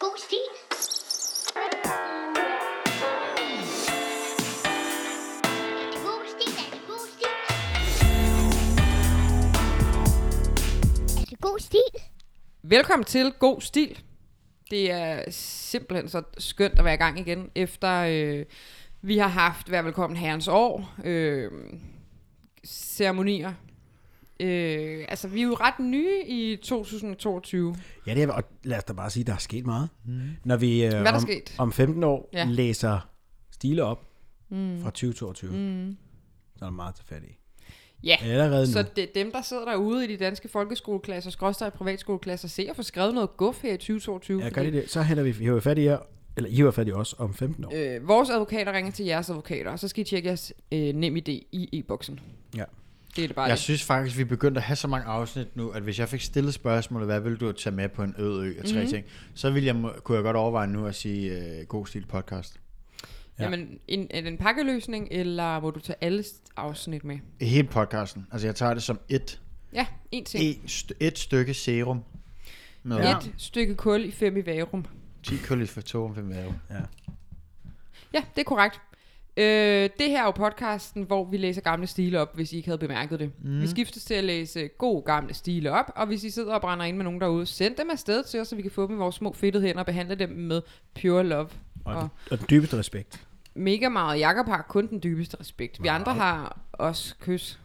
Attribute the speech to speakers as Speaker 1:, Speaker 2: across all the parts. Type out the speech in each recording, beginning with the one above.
Speaker 1: Boosty. God stil.
Speaker 2: Velkommen til God Stil. Det er simpelthen så skønt at være i gang igen, efter øh, vi har haft, vær velkommen herrens år, øh, ceremonier. Øh, altså, vi er jo ret nye i 2022.
Speaker 3: Ja, det er, og lad os da bare sige, at der er sket meget. Mm. Når vi øh,
Speaker 2: er der
Speaker 3: om,
Speaker 2: sket?
Speaker 3: om 15 år
Speaker 2: Ja. Mhm.
Speaker 3: ja. læser stile op mm. fra 2022, mm. så er der meget at tage fat i.
Speaker 2: Ja,
Speaker 3: Allerede
Speaker 2: Mhm. så
Speaker 3: nu.
Speaker 2: det er dem, der sidder derude i de danske folkeskoleklasser, skråstrej privatskoleklasser, se at få skrevet noget guf her i 2022.
Speaker 3: Ja, gør
Speaker 2: fordi-
Speaker 3: det det, så hælder vi, hiver vi fat i jer, eller I hiver fat i os om 15 år. Øh.
Speaker 2: Øh, vores advokater ringer til jeres advokater, og så skal I tjekke jeres øh, nem idé i e-boksen.
Speaker 3: Ja.
Speaker 2: Det er det bare.
Speaker 4: Jeg
Speaker 2: det.
Speaker 4: synes faktisk, vi er begyndt at have så mange afsnit nu, at hvis jeg fik stillet spørgsmålet, hvad ville du tage med på en øde ø af tre
Speaker 2: Mhm.
Speaker 4: mm-hmm. ting, så ville jeg, må- kunne jeg godt overveje nu at sige øh, god stil podcast.
Speaker 2: Ja. Jamen, en, er det en pakkeløsning, eller må du tage alle st- afsnit med?
Speaker 4: Hele podcasten. Altså jeg tager det som et,
Speaker 2: Ja, en ting.
Speaker 4: et, st- et stykke serum. Med
Speaker 2: Ja.
Speaker 4: ja.
Speaker 2: Et stykke kul i fem i varum.
Speaker 4: 10 kulis for to om fem vave.
Speaker 2: Ja, det er korrekt. Øh, det her er jo podcasten, hvor vi læser gamle stile op, hvis I ikke havde bemærket det. Mm. Vi skiftes til at læse god gamle stile op, og hvis I sidder og brænder ind med nogen derude, send dem afsted til os, så vi kan få dem i vores små fedtede hænder og behandle dem med pure love.
Speaker 3: Og,
Speaker 2: Og-
Speaker 3: og, og den dybeste respekt.
Speaker 2: Mega meget. Jakob har kun den dybeste respekt. Vi andre har også kys.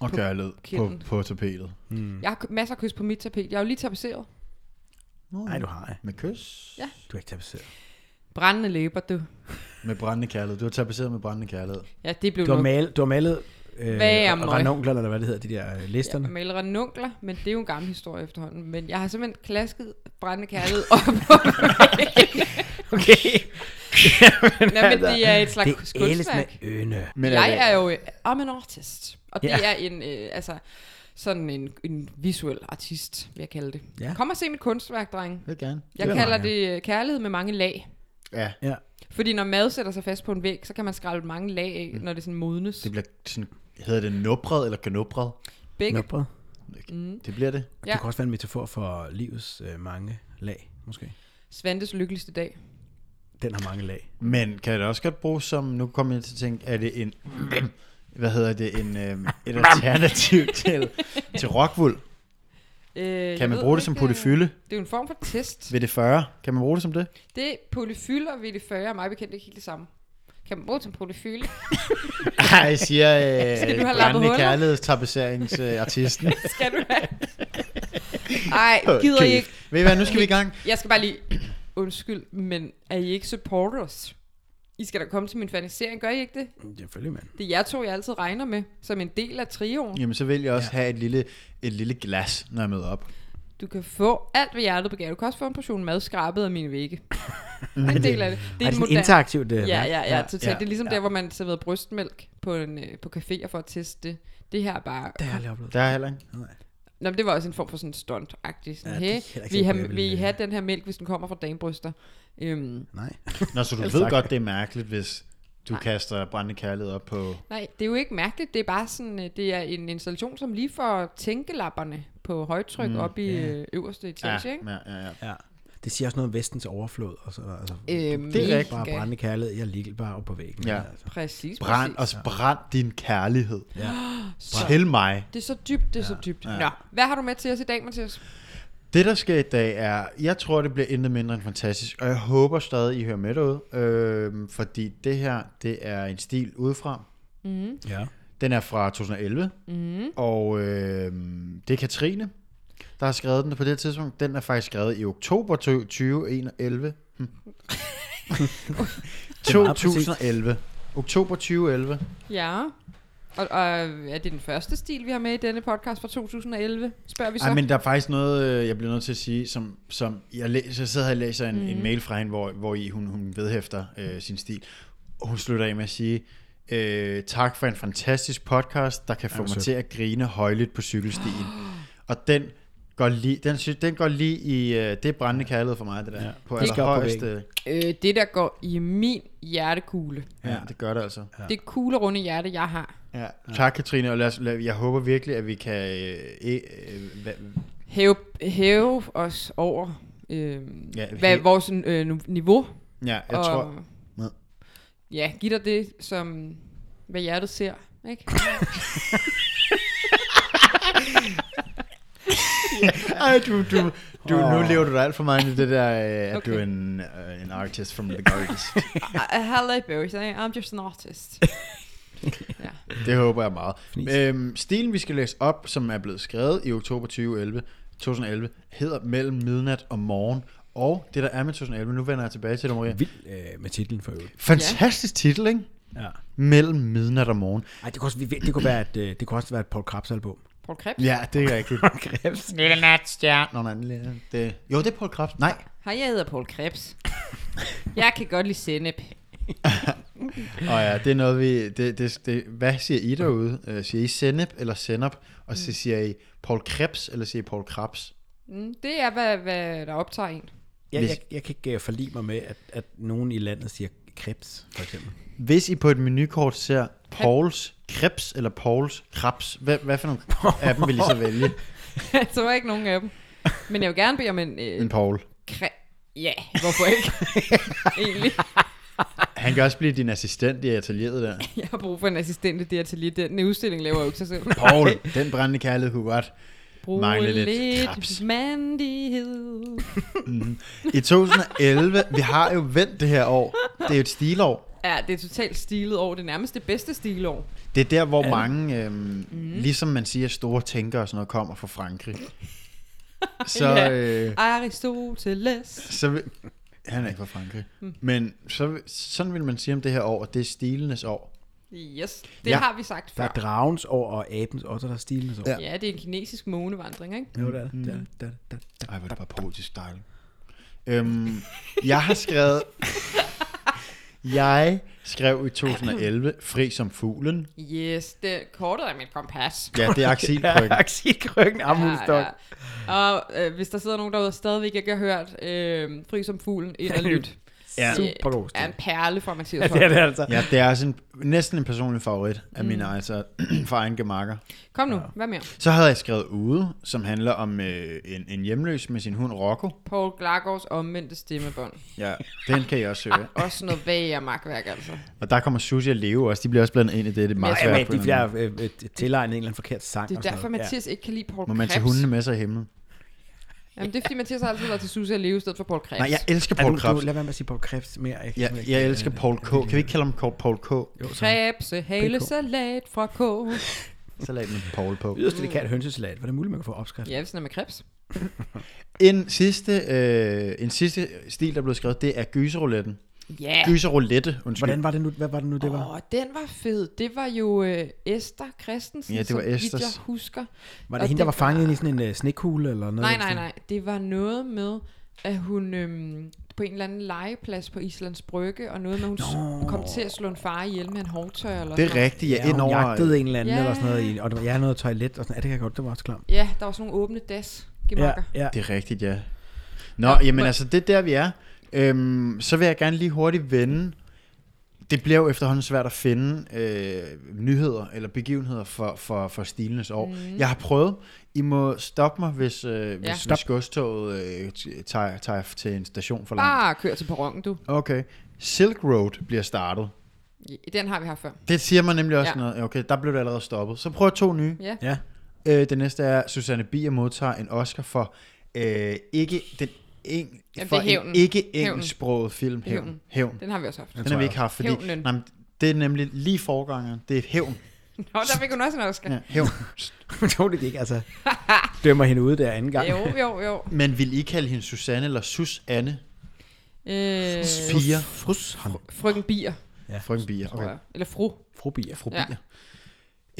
Speaker 4: Og gør lyd
Speaker 2: kinden.
Speaker 4: på, på tapetet.
Speaker 2: Mm. Jeg har k- masser af kys på mit tapet. Jeg er jo lige tapetseret.
Speaker 3: Nej, du har ikke.
Speaker 4: Med kys.
Speaker 2: Ja.
Speaker 3: Du er ikke tapasseret.
Speaker 2: Brændende læber, du.
Speaker 4: Med brændende kærlighed. Du har tapetseret med brændende kærlighed.
Speaker 2: Ja, det blev
Speaker 3: Du har
Speaker 2: noget
Speaker 3: malet, du har malet øh,
Speaker 2: Hvad er møg?
Speaker 3: renonkler, eller hvad det hedder, de der øh, listerne.
Speaker 2: Jeg maler nunkler, men det er jo en gammel historie efterhånden. Men jeg har simpelthen klasket brændende kærlighed op på væggen.
Speaker 3: okay.
Speaker 2: Nå, men det er et
Speaker 3: Altså, det
Speaker 2: slags
Speaker 3: er ældes med
Speaker 2: kunstværk.
Speaker 3: øne.
Speaker 4: Men
Speaker 2: Jeg
Speaker 4: det-
Speaker 2: er jo øh, I'm an artist. Og det
Speaker 3: Ja.
Speaker 2: er en, øh, altså, sådan en, en visuel artist, vil jeg kalde det.
Speaker 3: Ja.
Speaker 2: Kom og se mit kunstværk, dreng.
Speaker 4: Vil gerne.
Speaker 2: Jeg
Speaker 3: Det er
Speaker 2: kalder
Speaker 3: meget
Speaker 2: det øh, kærlighed med mange lag.
Speaker 4: Ja.
Speaker 3: Ja.
Speaker 2: Fordi når mad sætter sig fast på en væg, så kan man skralde mange lag af, mm. når det sådan modnes.
Speaker 4: Det
Speaker 2: Det
Speaker 4: bliver sådan, hedder det nubret eller genubret?
Speaker 2: Begge.
Speaker 3: Knopret.
Speaker 4: Mm. Det bliver det.
Speaker 3: Ja.
Speaker 2: Ja.
Speaker 3: Det kan også være en metafor for livets øh, mange lag, måske.
Speaker 2: Svantes lykkeligste dag.
Speaker 3: Den har mange lag.
Speaker 4: Men kan det også godt bruges som, nu kommer jeg til at tænke, er det en, hvad hedder det, en, øh, et alternativ til, til rockwool?
Speaker 2: Øh, jeg
Speaker 4: Kan man
Speaker 2: ved
Speaker 4: bruge det som
Speaker 2: ikke, øh,
Speaker 4: polyfylde
Speaker 2: Det er jo en form for test.
Speaker 4: ved det 40? Kan man bruge det som det?
Speaker 2: Det polyfyl og VD40 er mig bekendt ikke helt det samme. Kan man bruge det som polyfyl?
Speaker 4: Nej, jeg siger
Speaker 2: Skal du
Speaker 4: øh,
Speaker 2: have lappet
Speaker 4: brændende
Speaker 2: huller?
Speaker 4: kærlighedstapiseringsartisten. Øh,
Speaker 2: Skal du have? Ej, gider I ikke?
Speaker 4: Ved I hvad, nu skal vi i gang.
Speaker 2: Jeg skal bare lige... Undskyld, men er I ikke supporters? I skal da komme til min fanisering, gør I ikke det?
Speaker 3: Selvfølgelig, mand.
Speaker 2: Det er jer to, jeg altid regner med, som en del af trioen.
Speaker 4: Jamen, så vil jeg også have et lille, et lille glas, når jeg møder op.
Speaker 2: Du kan få alt, hvad hjertet begærer. Du kan også få en portion mad skrabet af mine vægge. Det er en del af det.
Speaker 3: Det er,
Speaker 2: en
Speaker 3: det sådan
Speaker 2: moderne-
Speaker 3: interaktivt øh,
Speaker 2: Ja,
Speaker 3: værk?
Speaker 2: ja, ja, totalt. Ja,
Speaker 4: ja,
Speaker 2: det er ligesom ja.
Speaker 4: ja.
Speaker 2: der, hvor man serverer brystmælk på, en, øh, på caféer for at teste det. Det her er bare...
Speaker 3: Det har jeg aldrig oplevet.
Speaker 4: Der er heller ikke.
Speaker 2: Nå, men det var også en form for sådan stunt-agtig. Sådan,
Speaker 3: Ja, det er
Speaker 2: ja,
Speaker 3: heller
Speaker 2: hey, vi
Speaker 3: ikke helt
Speaker 2: har,
Speaker 3: blæbelig,
Speaker 2: vi
Speaker 3: det
Speaker 2: har den her mælk, hvis den kommer fra damebryster. Øhm,
Speaker 3: Nej.
Speaker 4: Nå, så du
Speaker 3: Selv
Speaker 4: ved
Speaker 3: tak.
Speaker 4: godt, det er mærkeligt, hvis du
Speaker 2: Nej.
Speaker 4: kaster brændende kærlighed op på...
Speaker 2: nej, det er jo ikke mærkeligt. Det er bare sådan, øh, det er en installation, som lige får tænkelapperne på højtryk mm, op i yeah. øverste etage, ja, ikke?
Speaker 4: ja, ja, ja.
Speaker 3: Ja. Det siger også noget om vestens overflod. Og så, altså,
Speaker 2: Øhm,
Speaker 3: det er
Speaker 2: mega.
Speaker 3: ikke bare brændende kærlighed. Jeg ligger bare op på væggen.
Speaker 4: Ja.
Speaker 3: Altså.
Speaker 2: Præcis,
Speaker 4: Brænd,
Speaker 2: præcis.
Speaker 4: og brænd din kærlighed
Speaker 3: Ja.
Speaker 4: til mig.
Speaker 2: Det er så dybt, det er ja, så dybt. Ja. Nå, hvad har du med til os i dag, Mathias?
Speaker 4: Det, der sker i dag, er, jeg tror, det bliver intet mindre end fantastisk, og jeg håber stadig, I hører med derude, øh, fordi det her, det er en stil udefra.
Speaker 3: ja.
Speaker 4: Den er fra 2011, mm. og øh, det er Katrine, der har skrevet den på det tidspunkt. Den er faktisk skrevet i oktober 2011. Hm. 2011. Oktober 2011.
Speaker 2: Ja. Og, og er det den første stil, vi har med i denne podcast fra 2011? Spørger vi så?
Speaker 4: Ej, men der er faktisk noget, øh, jeg bliver nødt til at sige, som, som jeg, læser, jeg sidder her og læser en, mm. en mail fra hende, hvor, hvor I, hun, hun vedhæfter øh, sin stil. Og hun slutter af med at sige, øh, tak for en fantastisk podcast, der kan få mig
Speaker 3: sødt.
Speaker 4: til at grine højligt på cykelstien. og den går lige, den, sy- den går lige i, øh, det er brændende kærlighed for mig, det der. Ja. På
Speaker 3: Det skal op på
Speaker 4: allerhøjeste.
Speaker 2: Øh, det, der går i min hjertekugle.
Speaker 4: Ja, det gør det altså.
Speaker 2: Ja. Det kugle runde hjerte, jeg har.
Speaker 4: Ja. Tak, Katrine, og lad os, lad, jeg håber e, virkelig, at vi kan... Øh, øh, øh, hvad-
Speaker 2: hæve, hæve os over øh,
Speaker 4: Ja,
Speaker 2: hvad er
Speaker 4: helt-
Speaker 2: vores øh, nu- niveau.
Speaker 4: Ja, jeg
Speaker 2: og, øhm,
Speaker 4: tror... Ja.
Speaker 2: Ja, giv dig det, som hvad hjertet ser. Ikke?
Speaker 4: Ej, du, du, du, nu
Speaker 3: Åh.
Speaker 4: lever du dig alt for meget ind i det der, øh, at okay.
Speaker 2: Okay.
Speaker 4: du er en, øh, en artist from the gardens.
Speaker 2: I- I- Hello, boys. I- I'm just an artist. ja.
Speaker 4: Det håber jeg meget.
Speaker 3: Fnis.
Speaker 4: Øhm, stilen, vi skal læse op, som er blevet skrevet i oktober 2011, 2011, hedder Mellem midnat og morgen. Og det, der er med 2011, nu vender jeg tilbage til det, Maria.
Speaker 3: Vild øh, med titlen for øvrigt.
Speaker 4: Fantastisk titel, ikke?
Speaker 3: Ja.
Speaker 4: Mellem midnat og morgen.
Speaker 3: Ej, det kunne, også, det kunne, være et, øh, det kunne også være et Paul Krabs album.
Speaker 2: Paul Krebs.
Speaker 4: Ja, det er rigtigt.
Speaker 3: Krebs?
Speaker 4: Lille nat, stjerne. Ah, Nå, nej, lille- det, jo, det er Paul Krabs. Nej,
Speaker 2: Hej, jeg hedder Paul Krebs. jeg kan godt lide sennep.
Speaker 4: Og ja, det er noget, vi... Det, det, det, hvad siger I derude? Øh, siger I sennep eller sennep? Og så siger I Paul Krebs, eller siger I Paul Krabs?
Speaker 2: Mm, Det er, hvad, hvad der optager en.
Speaker 3: Jeg,
Speaker 4: Hvis-
Speaker 3: jeg, jeg kan ikke øh, forlige mig med, at, at nogen i landet siger Krebs, for eksempel.
Speaker 4: Hvis I på et menukort ser Pauls Krebs eller Pauls Krabs, hvad, hvad for nogle af dem vil I så vælge?
Speaker 2: så var ikke nogen af dem. Men jeg vil gerne bede om en... Øh,
Speaker 4: En Paul.
Speaker 2: kre- ja, hvorfor ikke? Egentlig.
Speaker 4: Han kan også blive din assistent i atelieret der.
Speaker 2: Jeg har brug for en assistent i det atelier. Den udstilling laver jeg jo ikke sig selv.
Speaker 4: Paul, den brændende kærlighed kunne godt.
Speaker 2: Brug
Speaker 4: Mangler lidt
Speaker 2: lidt,
Speaker 4: krebs.
Speaker 2: lidt mandighed.
Speaker 4: I 2011, vi har jo vendt det her år. Det er jo et stilår.
Speaker 2: Ja, det er totalt stilet år. Det er nærmest det bedste stilår.
Speaker 4: Det er der, hvor mange, øhm, mm. ligesom man siger, store tænkere og sådan noget, kommer fra Frankrig. Så,
Speaker 2: Ja.
Speaker 4: øh,
Speaker 2: Aristoteles.
Speaker 4: så vil, han er ikke fra Frankrig. Mm. Men så, vil- sådan vil man sige om det her år, at det er stilenes år.
Speaker 2: Yes, det
Speaker 4: Ja.
Speaker 2: ja. har vi sagt
Speaker 3: Der
Speaker 2: før.
Speaker 3: er dragens år og abens år, så der er stilens år.
Speaker 4: Ja.
Speaker 2: Ja, det er en kinesisk månevandring, ikke?
Speaker 3: Jo, der er det. Der, er det, der, er det, der, er det.
Speaker 4: Ej, hvor er det bare poetisk dejligt. Øhm, jeg har skrevet... Jeg skrev i 2011, Fri som fuglen.
Speaker 2: Yes, det kortet er mit kompas.
Speaker 4: Ja, det er
Speaker 3: Ja,
Speaker 4: aksilbryggen.
Speaker 3: aksilkryggen, armhudstok. Ja,
Speaker 2: Og øh, hvis der sidder nogen derude og stadigvæk ikke har hørt øh, Fry som fuglen, ind og lyt.
Speaker 3: ja.
Speaker 4: Ja.
Speaker 3: Super god
Speaker 2: er en
Speaker 3: stil.
Speaker 2: perle fra Mathias
Speaker 3: Ja,
Speaker 2: Holm.
Speaker 3: det er det altså.
Speaker 4: Ja, det er også en, næsten en personlig favorit af
Speaker 3: Mm.
Speaker 4: mine altså, for egen gemakker.
Speaker 2: Kom nu, hvad mere?
Speaker 4: Så havde jeg skrevet Ude, som handler om øh, en, en hjemløs med sin hund Rocco.
Speaker 2: Paul Glagårds omvendte stemmebånd.
Speaker 4: Ja, den kan jeg også
Speaker 3: Ah.
Speaker 4: søge.
Speaker 2: Også noget værre magtværk, altså.
Speaker 4: Og der kommer Susie og Leo også. De bliver også blandet ind i det. Det er meget
Speaker 3: Ja,
Speaker 4: svært.
Speaker 3: men
Speaker 4: på
Speaker 3: de
Speaker 4: en
Speaker 3: bliver
Speaker 4: eller anden
Speaker 3: øh, øh, tilegnet en eller anden forkert sang.
Speaker 2: Det er
Speaker 3: og sådan
Speaker 2: derfor,
Speaker 3: noget.
Speaker 2: Mathias ikke kan lide Paul
Speaker 4: måde. Må man tage
Speaker 2: Krebs.
Speaker 4: hundene med sig i himlen?
Speaker 2: Jamen, det er fordi, Mathias har altid været til Susie og Leo i stedet for Paul Krebs.
Speaker 4: Nej, jeg elsker
Speaker 3: Ja. Ej,
Speaker 4: Paul
Speaker 3: du, du,
Speaker 4: Krebs.
Speaker 3: lad være med at sige Paul Krebs mere. Jeg, kan
Speaker 4: Jeg,
Speaker 3: simpelthen
Speaker 4: jeg
Speaker 3: ikke,
Speaker 4: elsker
Speaker 3: øh,
Speaker 4: Paul K. Kan vi ikke kalde ham Kor- Paul K?
Speaker 3: Jo, så
Speaker 2: Krebse, hale,
Speaker 3: BK.
Speaker 2: salat fra K.
Speaker 4: Så lag den Paul på.
Speaker 3: yderst delikat hønsesalat. Var det muligt, man kunne få opskrift?
Speaker 2: Ja, hvis den er med Krebs.
Speaker 4: En sidste, øh, en sidste stil, der blev skrevet, det er gyserouletten.
Speaker 2: Ja.
Speaker 4: Gyseroulette, undskyld.
Speaker 3: Hvordan var det nu, hvad var det nu, det var?
Speaker 2: Åh, den var fed. Det var jo øh, Esther Christensen,
Speaker 4: Ja, det var
Speaker 2: som vidt
Speaker 4: Esthers.
Speaker 2: jeg husker.
Speaker 3: Var
Speaker 2: Og
Speaker 3: det hende, der var fanget inde i sådan en uh, snekugle eller noget?
Speaker 2: Nej, nej, nej. Det var noget med, at hun øhm, på en eller anden legeplads på Islands Brygge, og noget med, at hun Nå. kom til at slå en far ihjel med en hårdtør. Eller
Speaker 4: Det
Speaker 2: sådan
Speaker 4: er
Speaker 2: noget.
Speaker 4: rigtigt, jeg
Speaker 3: Ja,
Speaker 4: ja,
Speaker 3: hun
Speaker 4: ind over...
Speaker 3: jagtede en eller anden
Speaker 2: Ja.
Speaker 3: eller sådan noget. i- Og der var- jeg havde noget toilet og sådan. Ja, det kan jeg godt, det var også klam.
Speaker 2: Ja, der var sådan nogle åbne das.
Speaker 3: Ja,
Speaker 2: gemakker.
Speaker 3: ja.
Speaker 4: Det er rigtigt, ja. Nå,
Speaker 2: Ja,
Speaker 4: ja, jamen
Speaker 2: hvor-
Speaker 4: altså, det er der, vi er. Øhm, så vil jeg gerne lige hurtigt vende. Det bliver jo efterhånden svært at finde øh, nyheder eller begivenheder for, for, for stilenes år. Mm. Jeg har prøvet. I må stoppe mig, hvis, øh, hvis,
Speaker 2: Stop.
Speaker 4: hvis godstoget øh, t- tager, tager til en station for langt.
Speaker 2: Bare kør til perronen, du.
Speaker 4: Okay. Silk Road bliver startet.
Speaker 2: Ja, Den har vi haft før.
Speaker 4: Det siger man nemlig også ja.
Speaker 2: Ja.
Speaker 4: noget. Okay, der blev det allerede stoppet. Så prøver jeg to nye.
Speaker 2: Ja.
Speaker 3: ja.
Speaker 4: Øh, det næste er, Susanne Bier modtager en Oscar for øh, ikke den eng,
Speaker 2: det er
Speaker 4: for en
Speaker 2: hævnen.
Speaker 4: ikke engelsksproget film. Hævn.
Speaker 2: Hævnen.
Speaker 4: Hævn.
Speaker 2: Den har vi også haft.
Speaker 4: Den har vi ikke haft, fordi
Speaker 2: Hævnen.
Speaker 4: nej, men det er nemlig lige forgangeren. Det er et hævn.
Speaker 2: Nå, der fik hun også en Oscar.
Speaker 4: Ja, hævn.
Speaker 3: Hun tog det ikke, altså. Dømmer hende ude der anden gang.
Speaker 2: Jo, jo, jo.
Speaker 4: Men vil I kalde hende Susanne eller Sus Anne?
Speaker 2: Øh,
Speaker 4: Piger.
Speaker 3: Frus, han.
Speaker 2: frøken Bier,
Speaker 4: Frøken Bier.
Speaker 2: tror
Speaker 4: Okay.
Speaker 2: jeg. Eller fru.
Speaker 3: Fru Bier.
Speaker 4: Fru
Speaker 2: Ja.
Speaker 4: Bier.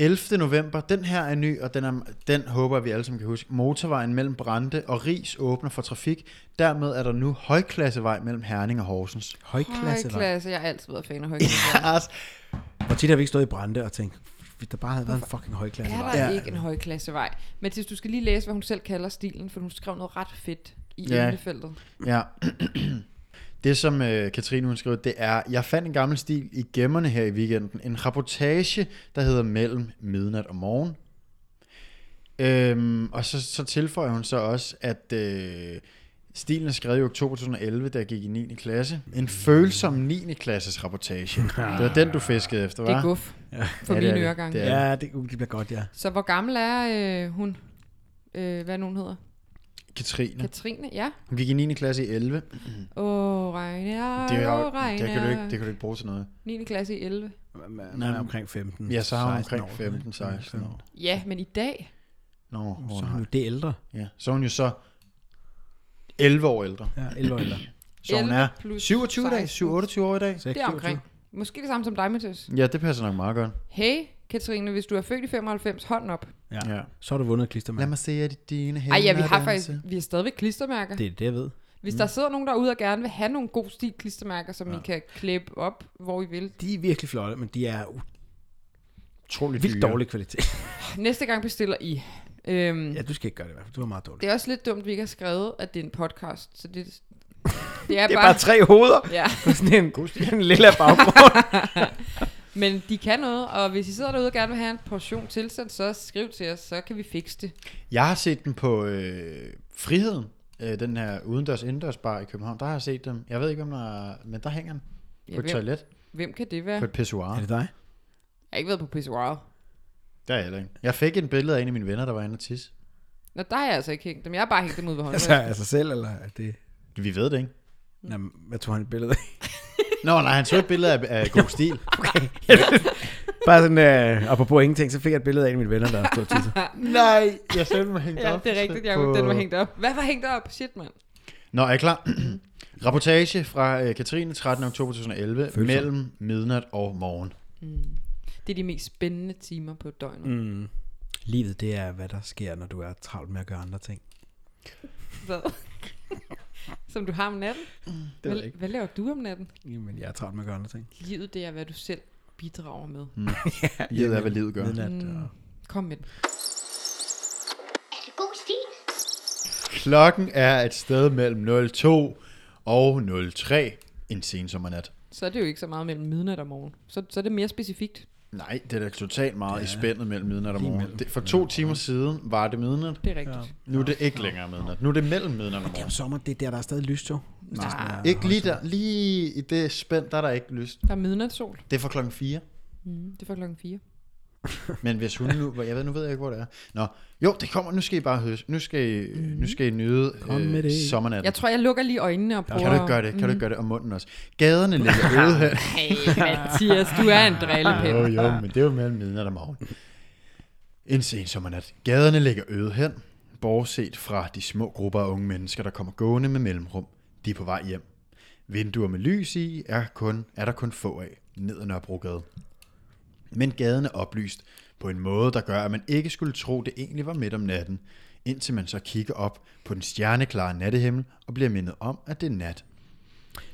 Speaker 4: 11. november. Den her er ny, og den, er, den håber vi alle sammen kan huske. Motorvejen mellem Brande og Ris åbner for trafik. Dermed er der nu højklassevej mellem Herning og Horsens.
Speaker 3: Højklasse. var.
Speaker 2: Højklasse. Jeg har altid været fan af højklasse.
Speaker 4: Altså,
Speaker 3: Hvor tit har vi ikke stået i brande og tænkt, hvis der bare havde været en fucking højklasse.
Speaker 2: Er
Speaker 3: var.
Speaker 2: der
Speaker 4: Ja.
Speaker 2: ja. ikke en højklassevej? Mathis, du skal lige læse, hvad hun selv kalder stilen, for hun skrev noget ret fedt i
Speaker 4: Ja.
Speaker 2: ja. emnefeltet.
Speaker 4: Ja. Det, som øh, Katrine hun skrev, det er, jeg fandt en gammel stil i gemmerne her i weekenden. En rapportage, der hedder Mellem midnat og morgen. Øhm, og så, så tilføjer hun så også, at øh, Stilen er skrevet i oktober 2011, da jeg gik i 9. klasse. En følsom 9. klasses rapportage. Det var den, du fiskede efter,
Speaker 2: Det er
Speaker 4: var?
Speaker 2: guf for
Speaker 4: Ja, det er
Speaker 2: mine
Speaker 4: det.
Speaker 2: øregang.
Speaker 4: Det er
Speaker 3: Ja, det, uh, det bliver godt, ja.
Speaker 2: Så hvor gammel er øh, hun? Øh, hvad er nogen hedder?
Speaker 4: Katrine.
Speaker 2: Katrine, ja.
Speaker 4: Hun gik i 9. klasse i 11. Det,
Speaker 2: Åh, regne,
Speaker 4: er
Speaker 2: åh,
Speaker 4: jo,
Speaker 2: oh, regne.
Speaker 4: det, kan du ikke, det kan du ikke bruge til noget.
Speaker 2: 9. klasse i 11.
Speaker 3: Man, man er omkring 15.
Speaker 4: Ja, så har hun
Speaker 3: 16
Speaker 4: omkring 15, 16 år.
Speaker 2: Ja, men i dag?
Speaker 4: Nå, hvor
Speaker 3: Så
Speaker 4: hun
Speaker 3: er hun
Speaker 4: har,
Speaker 3: jo det ældre.
Speaker 4: ja. Så er hun jo så 11 år ældre.
Speaker 3: Ja, 11 år ældre.
Speaker 4: Så hun
Speaker 2: 11
Speaker 4: er
Speaker 2: plus
Speaker 4: 27 i dag,
Speaker 2: 16.
Speaker 4: 27 år i dag.
Speaker 3: 6,
Speaker 2: Det er omkring. Måske det samme som dig, Mathis.
Speaker 4: Ja, det passer nok meget godt.
Speaker 2: Hey, Katrine, hvis du er født i 95, hånden op.
Speaker 3: Ja.
Speaker 4: Ja.
Speaker 3: Så har du vundet klistermand.
Speaker 4: mig se, at dine hænder
Speaker 2: Ej, ja, vi har faktisk, vi har stadigvæk klistermærker.
Speaker 3: Det er det, jeg ved.
Speaker 2: Hvis der sidder nogen derude og gerne vil have nogle god stil klistermærker, som ja. I kan klippe op, hvor I vil.
Speaker 3: De er virkelig flotte, men de er
Speaker 4: utroligt
Speaker 3: vildt dårlig kvalitet.
Speaker 2: Næste gang bestiller I. Øhm,
Speaker 3: ja, du skal ikke gøre det i hvert fald. Du er meget dårlig.
Speaker 2: Det er også lidt dumt, vi ikke har skrevet, at det er en podcast. Så det, det er,
Speaker 3: Det er bare tre hoveder.
Speaker 2: Ja,
Speaker 3: på sådan en, en lille baggrund.
Speaker 2: men de kan noget, og hvis I sidder derude og gerne vil have en portion tilsendt, så skriv til os, så kan vi fikse det.
Speaker 4: Jeg har set dem på øh, Friheden, øh, den her udendørs indendørs bar i København. Der har jeg set dem. Jeg ved ikke, om der er, men der hænger den
Speaker 2: Ja,
Speaker 4: på et
Speaker 2: hvem,
Speaker 4: toilet,
Speaker 2: hvem kan det være?
Speaker 4: på et pissoir.
Speaker 3: er det dig?
Speaker 2: Jeg har ikke været på Pissoir.
Speaker 4: Der er jeg heller ikke. Jeg fik et billede af en af mine venner, der var inde og tisse.
Speaker 2: Nå, der har jeg altså ikke hængt dem. Jeg har bare hængt dem ud ved
Speaker 3: Altså,
Speaker 2: håndvasken.
Speaker 3: af sig selv, eller er det...
Speaker 4: Vi ved det ikke.
Speaker 3: Jamen, hvad tog han et billede af?
Speaker 4: Nå, nej, han så et billede af, af god stil.
Speaker 3: Okay. Bare sådan, øh, apropos ingenting, så fik jeg et billede af en af mine venner, der stod til sig.
Speaker 4: nej, jeg selv må hænge
Speaker 2: Ja, det er rigtigt, Jacob. Den var hængt op. Hvad var hængt op? Shit, mand.
Speaker 4: Nå, er I klar? Rapportage fra øh, Katrine, 13. oktober 2011,
Speaker 3: Følsom.
Speaker 4: mellem midnat og morgen.
Speaker 2: Det er de mest spændende timer på døgnet. Mm.
Speaker 3: Mm. Livet, det er, hvad der sker, når du er travlt med at gøre andre ting.
Speaker 2: Som du har om natten.
Speaker 3: ved
Speaker 2: Hvad,
Speaker 3: jeg ikke.
Speaker 2: hvad laver du om natten?
Speaker 3: Jamen, jeg er travlt med at gøre andre ting.
Speaker 2: Livet, det er, hvad du selv bidrager med.
Speaker 4: Livet er, hvad livet gør.
Speaker 3: Midnat,
Speaker 2: Mm.
Speaker 3: og...
Speaker 2: Kom med den.
Speaker 1: Er det god stil?
Speaker 4: Klokken er et sted mellem 02 og 03 en sensommernat.
Speaker 2: Så er det jo ikke så meget mellem midnat og morgen. Så, så er det mere specifikt.
Speaker 4: Nej, det er da totalt meget ja. i spændet mellem midnat og morgen. Det, for to timer siden var det midnat.
Speaker 2: Det er rigtigt.
Speaker 4: Nu er det ikke længere midnat. Nu er det mellem midnat og
Speaker 3: Det er
Speaker 4: morgen.
Speaker 3: jo sommer, det er der, der er stadig lyst, jo. Hvis det er sådan,
Speaker 4: Nej,
Speaker 3: ja,
Speaker 4: ikke lige der. Lige i det spænd, der er der ikke lyst.
Speaker 2: Der er midnatssol.
Speaker 4: Det er fra klokken 4.
Speaker 2: Mm, det er fra klokken 4.
Speaker 4: Men hvis hun nu... hvor- Jeg ved, nu ved jeg ikke, hvor det er. Nå, jo, det kommer. Nu skal I bare høres. Nu skal I, nu skal I nyde
Speaker 3: Kom med
Speaker 4: øh,
Speaker 3: det.
Speaker 4: sommernatten.
Speaker 2: Jeg tror, jeg lukker lige øjnene og prøver...
Speaker 4: Kan du ikke gøre det? Kan du ikke gøre det? Og munden også. Gaderne ligger øde hen.
Speaker 2: Hey, Mathias, du er en drillepind.
Speaker 4: Jo, jo, men det er jo mellem midnat og morgen. En sen sommernat. Gaderne ligger øde hen, bortset fra de små grupper af unge mennesker, der kommer gående med mellemrum. De er på vej hjem. Vinduer med lys i er, kun, er der kun få af, ned ad Nørrebrogade. Men gaden er oplyst på en måde, der gør, at man ikke skulle tro, det egentlig var midt om natten, indtil man så kigger op på den stjerneklare nattehimmel og bliver mindet om, at det er nat.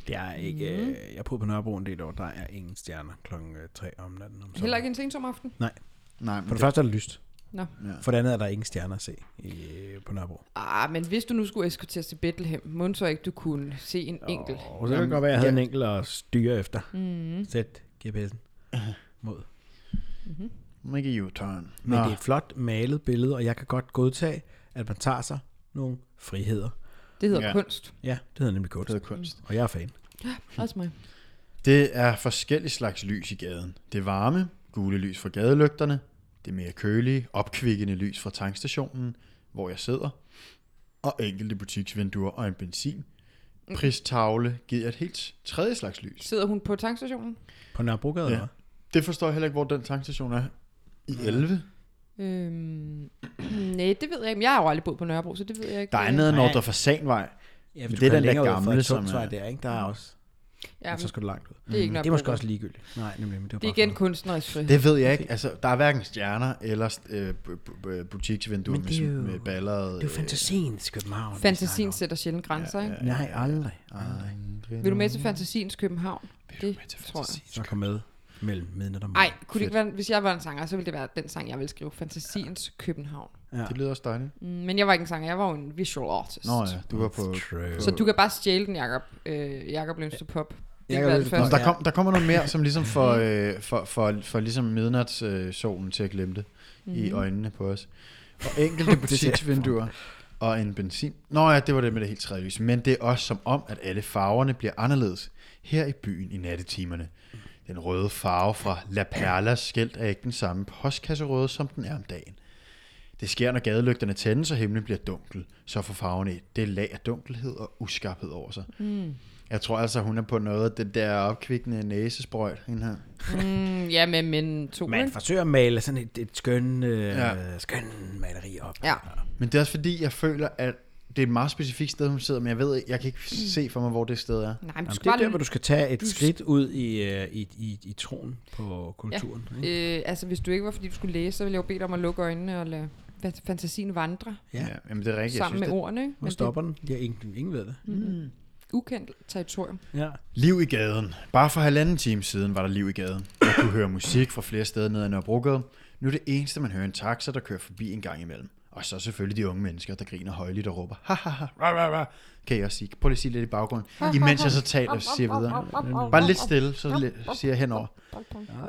Speaker 3: Det er ikke... Øh, jeg boede på Nørrebro en del år, der er ingen stjerner klokken øh, 3 om natten. Om
Speaker 2: Heller
Speaker 3: sommeren.
Speaker 2: ikke en sensommeraften?
Speaker 3: Nej.
Speaker 4: Nej, men
Speaker 3: For det
Speaker 4: det,
Speaker 3: første er der lyst.
Speaker 2: Nå.
Speaker 3: For det andet er der ingen stjerner at se i, øh, på Nørrebro.
Speaker 2: Ah, men hvis du nu skulle eskorteres til Bethlehem, må så ikke du kunne se en enkelt?
Speaker 3: Og så kan det godt være, at jeg havde en enkelt at styre efter. Mm. Sæt GPS'en mod.
Speaker 4: ikke U-turn.
Speaker 3: Men det er et flot malet billede, og jeg kan godt godtage, at man tager sig nogle friheder.
Speaker 2: Det hedder
Speaker 4: Ja.
Speaker 2: ja. kunst.
Speaker 3: Ja, det hedder nemlig kunst.
Speaker 4: det er kunst.
Speaker 3: Og jeg er fan.
Speaker 2: Også mig.
Speaker 4: Det er forskellige slags lys i gaden. Det varme, gule lys fra gadelygterne, det mere kølige, opkvikkende lys fra tankstationen, hvor jeg sidder, og enkelte butiksvinduer og en
Speaker 3: Mm.
Speaker 4: benzinpristavle giver et helt tredje slags lys.
Speaker 2: Sidder hun på tankstationen?
Speaker 3: På Nørrebrogade,
Speaker 4: Ja.
Speaker 3: ja.
Speaker 4: Det forstår jeg heller ikke, hvor den tankstation er. I 11?
Speaker 2: Øhm, nej, det ved jeg ikke. Jeg har jo aldrig boet på Nørrebro, så det ved jeg ikke.
Speaker 4: Der er noget, når der Fasanvej.
Speaker 3: ja
Speaker 4: Men det er den der gamle, som
Speaker 3: som
Speaker 4: er-
Speaker 3: er... Mm. Der, ikke? der er også...
Speaker 2: Ja,
Speaker 3: Ja, så
Speaker 2: men
Speaker 3: skal du langt ud.
Speaker 2: det er ikke
Speaker 3: Det
Speaker 2: Nørrebro.
Speaker 3: er måske også ligegyldigt. Nej, nemlig. Men det, var
Speaker 2: Det er
Speaker 3: bare
Speaker 2: igen
Speaker 3: for-
Speaker 2: kunstnerisk frihed.
Speaker 4: Det ved jeg ikke. Altså, der er hverken stjerner eller øh, bu- bu- bu- butiksvinduer
Speaker 3: Men det er
Speaker 4: med,
Speaker 3: jo-
Speaker 4: med ballade.
Speaker 3: Det er jo fantasiens København. vi
Speaker 2: Fantasien
Speaker 3: snakker
Speaker 2: sætter sjældent grænser, ikke?
Speaker 3: om. Nej, aldrig. aldrig.
Speaker 2: Vil du med til fantasiens København? Det tror jeg.
Speaker 3: Så kom med mellem midnat og
Speaker 2: Nej, kunne det ikke være, hvis jeg var en sanger, så ville det være den sang, jeg ville skrive. Fantasiens København.
Speaker 3: Ja.
Speaker 4: Det lyder også dejligt.
Speaker 2: Mm, Men jeg var ikke en sanger, jeg var jo en visual artist.
Speaker 4: Nå ja, du var på...
Speaker 3: True.
Speaker 2: Så du kan bare stjæle den, Jacob. Øh, Jacob Løns til pop. Det kan
Speaker 3: Jacob
Speaker 2: være
Speaker 3: Lyngstad
Speaker 2: det
Speaker 3: til
Speaker 4: Nå,
Speaker 2: første.
Speaker 3: pop.
Speaker 4: der, kom, der kommer noget mere, som ligesom får, øh, for, for, for ligesom Mhm. midnatssolen øh, solen til at glemme det mm-hmm. i øjnene på os. Og enkelte butiksvinduer og en benzin. Nå ja, det var det med det helt tredje lys. Men det er også som om, at alle farverne bliver anderledes her i byen i nattetimerne. Den røde farve fra La Perla skælt er ikke den samme postkasserøde, som den er om dagen. Det sker, når gadelygterne tændes, og himlen bliver dunkel. Så får farverne et det lag af dunkelhed og uskarphed over sig. Mm. Jeg tror altså, hun er på noget af det der opkvikkende næsesprøjt, hende her.
Speaker 2: Mm, ja, med mentol.
Speaker 3: Man
Speaker 2: ikke?
Speaker 3: forsøger at male sådan et, et skøn, øh, ja.
Speaker 4: Ja.
Speaker 3: skøn maleri op.
Speaker 2: Ja.
Speaker 4: Men det er også fordi, jeg føler, at det er et meget specifikt sted, hun sidder, men jeg ved ikke, jeg kan ikke se for mig, hvor det sted er.
Speaker 2: Nej, men du
Speaker 3: Jamen,
Speaker 2: skal
Speaker 3: det er
Speaker 2: bare
Speaker 3: der,
Speaker 2: lige...
Speaker 3: hvor du skal tage et skridt ud i, øh, i, i, i troen på kulturen.
Speaker 4: Mm.
Speaker 3: Ja. Ikke?
Speaker 2: Øh, altså, hvis du ikke var, fordi du skulle læse, så ville jeg jo bede dig om at lukke øjnene og lade fa- fantasien vandre
Speaker 3: Ja.
Speaker 4: Ja, jamen det er rigtigt.
Speaker 2: sammen
Speaker 4: jeg
Speaker 2: med
Speaker 4: synes,
Speaker 2: ordene. ikke?
Speaker 3: Hvor
Speaker 2: Men
Speaker 3: stopper den? Ja, ingen, ingen ved det.
Speaker 2: det er ukendt territorium.
Speaker 3: Ja.
Speaker 4: det... Liv i gaden. Bare for halvanden time siden var der liv i gaden. Jeg kunne høre musik fra flere steder ned ad Nørrebrogade. Nu er det eneste, man hører en taxa, der kører forbi en gang imellem. Og så selvfølgelig de unge mennesker, der griner højligt og råber, ha ha ha, ra, ra, ra. kan jeg også sige. Prøv lige at sige lidt i baggrunden, imens jeg så taler og siger videre. Bare lidt stille, så lidt- siger jeg henover.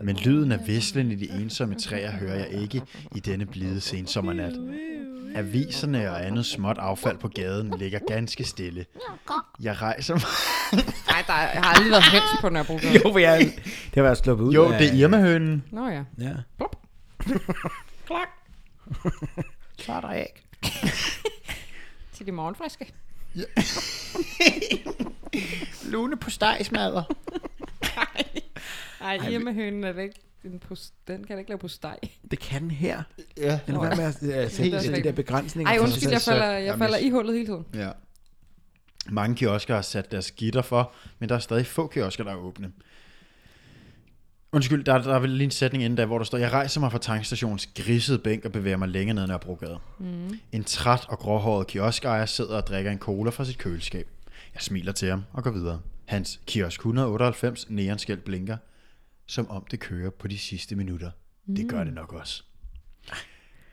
Speaker 4: Men lyden af vislen i de ensomme træer hører jeg ikke i denne blide sensommernat. Aviserne og andet småt affald på gaden ligger ganske stille. Jeg rejser mig.
Speaker 2: Nej, der er, jeg har aldrig været høns på Nørrebro.
Speaker 3: Jo, for jeg, det har været sluppet ud
Speaker 4: Jo,
Speaker 3: af,
Speaker 4: det er Irma-hønen.
Speaker 2: Nå ja.
Speaker 3: Ja.
Speaker 2: Plop. Klak.
Speaker 3: Så er der ikke.
Speaker 2: Til de morgenfriske.
Speaker 4: Lune på stegsmadder.
Speaker 2: Nej, hjemmehønen er da ikke... Den, på, den kan jeg da ikke lave på steg.
Speaker 3: Det kan den her.
Speaker 4: Ja.
Speaker 3: Den er værd med at øh, sætte
Speaker 2: er
Speaker 3: de der
Speaker 2: rigtigt.
Speaker 3: begrænsninger.
Speaker 2: Ej,
Speaker 3: for sig
Speaker 2: undskyld,
Speaker 3: selv.
Speaker 2: jeg falder, jeg
Speaker 4: Jamen,
Speaker 2: falder
Speaker 4: jeg-
Speaker 2: i hullet hele tiden.
Speaker 4: ja. Mange kiosker har sat deres gitter for, men der er stadig få kiosker, der er åbne. Undskyld, der, der er vel lige en sætning inden der, hvor der står, jeg rejser mig fra tankstationens grisede bænk og bevæger mig længere ned ad Nørrebrogade. Mm. En træt og gråhåret kioskejer sidder og drikker en cola fra sit køleskab. Jeg smiler til ham og går videre. Hans kiosk 198 neonskilt blinker, som om det kører på de sidste minutter. Mm. Ah, Det gør det nok også.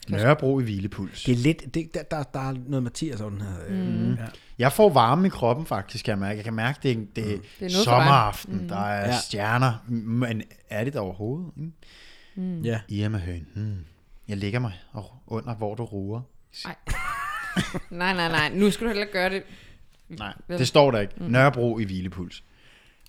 Speaker 4: Nørrebro i hvilepuls.
Speaker 3: Det er lidt, det, der, der, der er noget Mathias over den her. Øh, mm. ja.
Speaker 4: Jeg får varme i kroppen faktisk, kan jeg mærke. Jeg kan mærke, det er, en- det er, Mm. det er
Speaker 2: noget for dig.
Speaker 4: sommeraften, mm. der er
Speaker 3: Ja.
Speaker 4: ja. stjerner. Men er det der overhovedet? Mm.
Speaker 3: ja.
Speaker 4: Irma Høen. Mm. Jeg ligger mig og- under, hvor du ruer.
Speaker 2: Nej, nej, nej. Nu skal du heller ikke gøre det.
Speaker 4: Nej,
Speaker 2: Vel.
Speaker 4: det står der ikke. Mm. Nørrebro i hvilepuls.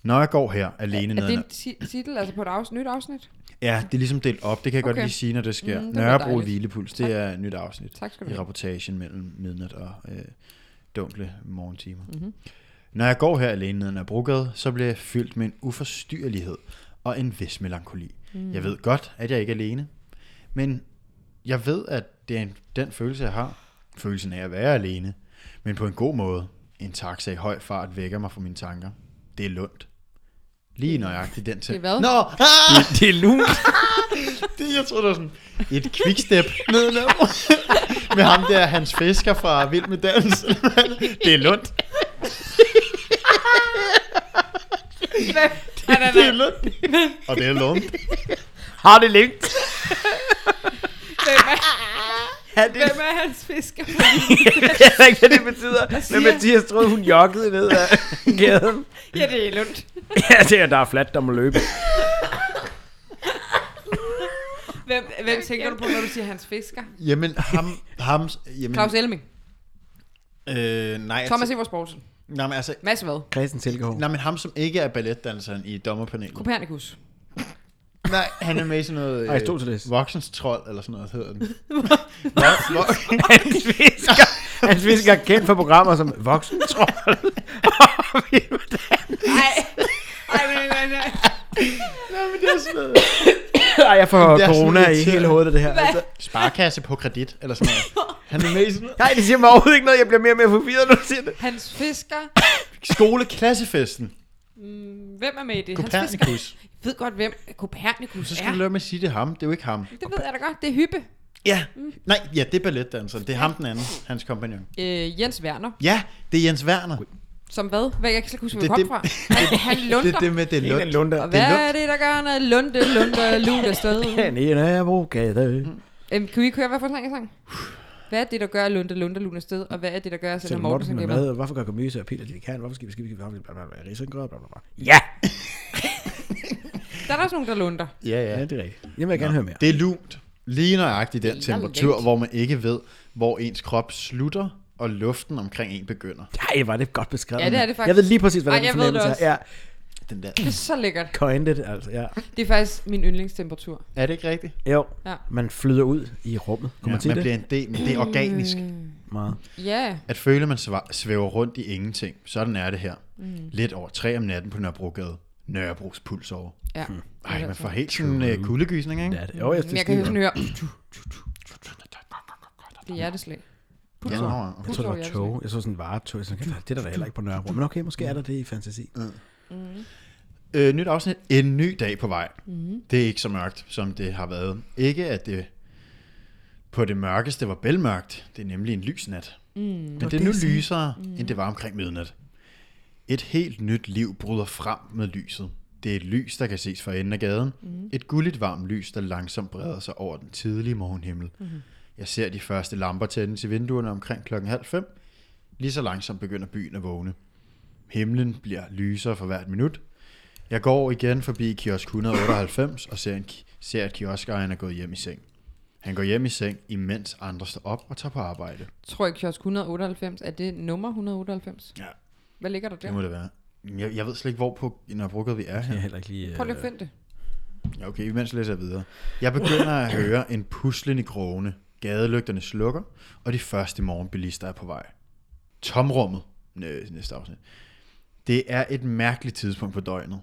Speaker 4: Når jeg går her alene
Speaker 2: Er
Speaker 4: ned ad
Speaker 2: det
Speaker 4: Nør-
Speaker 2: en ti- titel, altså på et afsnit, nyt afsnit?
Speaker 4: Ja, det er ligesom delt op. Det kan jeg okay.
Speaker 2: Okay.
Speaker 4: godt lige sige, når det sker.
Speaker 2: Mm,
Speaker 4: Mm,
Speaker 2: det
Speaker 4: det
Speaker 2: lyder
Speaker 4: Nørrebro
Speaker 2: dejligt.
Speaker 4: Hvilepuls, det er et nyt afsnit.
Speaker 2: Tak skal du
Speaker 4: I
Speaker 2: have.
Speaker 4: rapportagen mellem midnat og øh, dunkle morgentimer. Mm-hmm.
Speaker 2: Mhm.
Speaker 4: Når jeg går her alene ned ad Brogade, så bliver jeg fyldt med en uforstyrrelighed og en vis melankoli. Mm. Jeg ved godt, at jeg ikke er alene, men jeg ved, at det er en, den følelse, jeg har. Følelsen af at være alene, men på en god måde. En taxa i høj fart vækker mig fra mine tanker. Det er lundt. Lige nøjagtigt den til.
Speaker 2: Det er hvad?
Speaker 4: Nå! Ah!
Speaker 3: Det er lunt.
Speaker 4: Det, jeg troede, det var sådan et quickstep ned ad med ham der, Hans Fisker fra Vild med Dans. det er lundt.
Speaker 2: Nej, nej,
Speaker 4: Det er
Speaker 2: nej.
Speaker 4: lundt. Og det er lundt.
Speaker 3: Har det længt.
Speaker 2: Hvem er,
Speaker 3: Ja, det,
Speaker 2: hvem er hans fisker?
Speaker 3: jeg ved ikke, hvad det betyder. Men
Speaker 2: siger-
Speaker 3: Mathias troede, hun joggede ned ad gaden.
Speaker 2: Ja, det er Lund.
Speaker 3: Ja, det er, der er flat, der må løbe.
Speaker 2: Hvem, hvem tænker du på, når du siger hans fisker?
Speaker 4: Jamen, ham... ham jamen,
Speaker 2: Claus Elming.
Speaker 4: Altså- øh, nej,
Speaker 2: Thomas Evers Borgsen.
Speaker 4: nej, men altså,
Speaker 2: Mads Vad.
Speaker 3: Christian Silkehold.
Speaker 4: nej, men ham, som ikke er balletdanseren i dommerpanelet.
Speaker 2: Kopernikus.
Speaker 4: Nej, han er med i sådan noget... Øh,
Speaker 3: Aristoteles.
Speaker 4: Voksens trold, eller sådan noget, hedder den. Vok- vok-
Speaker 3: Hans Fisker. Hans Fisker er kendt for programmer som Voksen Troll.
Speaker 2: Nej. Nej, nej, nej, nej.
Speaker 4: Nej, men det er sådan noget.
Speaker 3: Ej, jeg får
Speaker 4: Det er sådan
Speaker 3: corona i
Speaker 4: irriterende.
Speaker 3: hele hovedet af det her. Altså.
Speaker 4: Sparkasse på kredit, eller sådan noget. Han er med i sådan noget.
Speaker 3: Nej, det siger mig overhovedet ikke noget. Jeg bliver mere og mere forvirret, når du siger det.
Speaker 2: Hans fisker.
Speaker 4: Skoleklassefesten.
Speaker 2: Hvem er med i det? Hans fisker.
Speaker 4: Kopernikus.
Speaker 2: Jeg ved godt, hvem Kopernikus
Speaker 4: Så skal
Speaker 2: er.
Speaker 4: du lade med at sige, det er ham. Det er jo ikke ham.
Speaker 2: Det ved jeg da godt. Det er Hyppe.
Speaker 4: Ja, mm. nej, ja, det er balletdanseren. Det er ham den anden, hans kompagnon.
Speaker 2: Øh, Jens Werner.
Speaker 4: Ja, det er Jens Werner.
Speaker 2: Som hvad? Hvad jeg kan slet ikke huske, hvor det
Speaker 4: Det er
Speaker 2: kom
Speaker 4: det-
Speaker 2: fra. Han, han lunder.
Speaker 4: Det er det med, det er
Speaker 3: Ikke
Speaker 4: Lund.
Speaker 3: en lunde.
Speaker 2: Og
Speaker 4: det er
Speaker 2: hvad
Speaker 4: lunt.
Speaker 2: er det, der gør noget lunde, lunde, lunde afsted?
Speaker 3: Den ene er brugade.
Speaker 2: Øhm, kan vi køre, hvad for en sang? Hvad er det, der gør at lunde, lunde, lunde afsted? Og hvad er det, der gør, at
Speaker 3: Så
Speaker 2: Selma
Speaker 3: Mortensen
Speaker 2: Mortensen
Speaker 3: er
Speaker 2: bliver med?
Speaker 3: med. Hvorfor gør Gemyse og Peter det, de kan? Hvorfor skal vi skifte? Hvorfor skal vi skifte? Ja!
Speaker 2: Der er der også nogen, der lunder.
Speaker 4: Ja,
Speaker 3: Ja,
Speaker 4: ja.
Speaker 3: det er rigtigt. Jeg vil jeg gerne høre mere.
Speaker 4: Det er lunt. Lige nøjagtigt den
Speaker 2: Det er
Speaker 4: temperatur,
Speaker 2: lunt.
Speaker 4: hvor man ikke ved, hvor ens krop slutter og luften omkring en begynder.
Speaker 3: Ej, var det godt beskrevet.
Speaker 2: Ja, det er
Speaker 3: mand.
Speaker 2: det faktisk.
Speaker 3: Jeg ved lige præcis, hvordan
Speaker 2: Ej,
Speaker 3: Ej,
Speaker 2: jeg
Speaker 3: den
Speaker 2: ved det
Speaker 3: fornemmelse er. Ja,
Speaker 4: Den der.
Speaker 2: Det er så lækkert.
Speaker 3: coined, altså. Ja.
Speaker 2: Det er faktisk min yndlingstemperatur.
Speaker 4: Er det ikke rigtigt?
Speaker 3: Jo,
Speaker 2: Ja.
Speaker 3: man flyder ud i rummet. Kunne ja, man sige
Speaker 4: man
Speaker 3: det?
Speaker 4: bliver en del, men det er organisk.
Speaker 3: Meget.
Speaker 2: Ja,
Speaker 4: At føle, at man sva- svæver rundt i ingenting. Sådan er det her. Mm. Lidt over tre om natten på Nørrebrogade. Nørrebros puls over.
Speaker 2: ja.
Speaker 4: Ej, man får helt sådan en uh, kuldegysning, ikke?
Speaker 3: Ja, det, jo, jeg, det
Speaker 2: Men jeg kan høre sådan høre. Det er hjerteslag.
Speaker 4: Ja,
Speaker 3: Nå,
Speaker 4: nå,
Speaker 3: jeg tror, det var
Speaker 2: Pulsår,
Speaker 3: tog. Jeg så sådan en varetog. Jeg tænkte, det er der da heller ikke på Nørrebro. Men okay, måske er der det i fantasi.
Speaker 4: Øh, nyt afsnit. En ny dag på vej. Mm. Det er ikke så mørkt, som det har været. Ikke at det på det mørkeste var bælmørkt. Det er nemlig en lys nat. Mm. Men det er nu lysere, mm. end det var omkring midnat. Et helt nyt liv bryder frem med lyset. Det er et lys, der kan ses fra enden af gaden. Mm. Et gulligt varmt lys, der langsomt breder sig over den tidlige morgenhimmel. Mm. Jeg ser de første lamper tændes i vinduerne omkring klokken halv fem. Lige så langsomt begynder byen at vågne. Himlen bliver lysere for hvert minut. Jeg går igen forbi kiosk 198 og ser, en, ser at kioskejeren er gået hjem i seng. Han går hjem i seng, imens andre står op og tager på arbejde.
Speaker 2: Tror jeg kiosk 198, er det nummer 198?
Speaker 4: Ja.
Speaker 2: Hvad ligger der der?
Speaker 4: Det må det være. Jeg, jeg ved slet ikke, hvor på Nørrebrogade vi er
Speaker 3: Jeg er
Speaker 4: her.
Speaker 3: heller ikke lige...
Speaker 2: Prøv lige at finde det.
Speaker 4: Ja, okay, imens læser jeg videre. Jeg begynder at høre en puslen i gråne. Gadelygterne slukker, og de første morgenbilister er på vej. Tomrummet. Næ- Næste afsnit. Det er et mærkeligt tidspunkt på døgnet.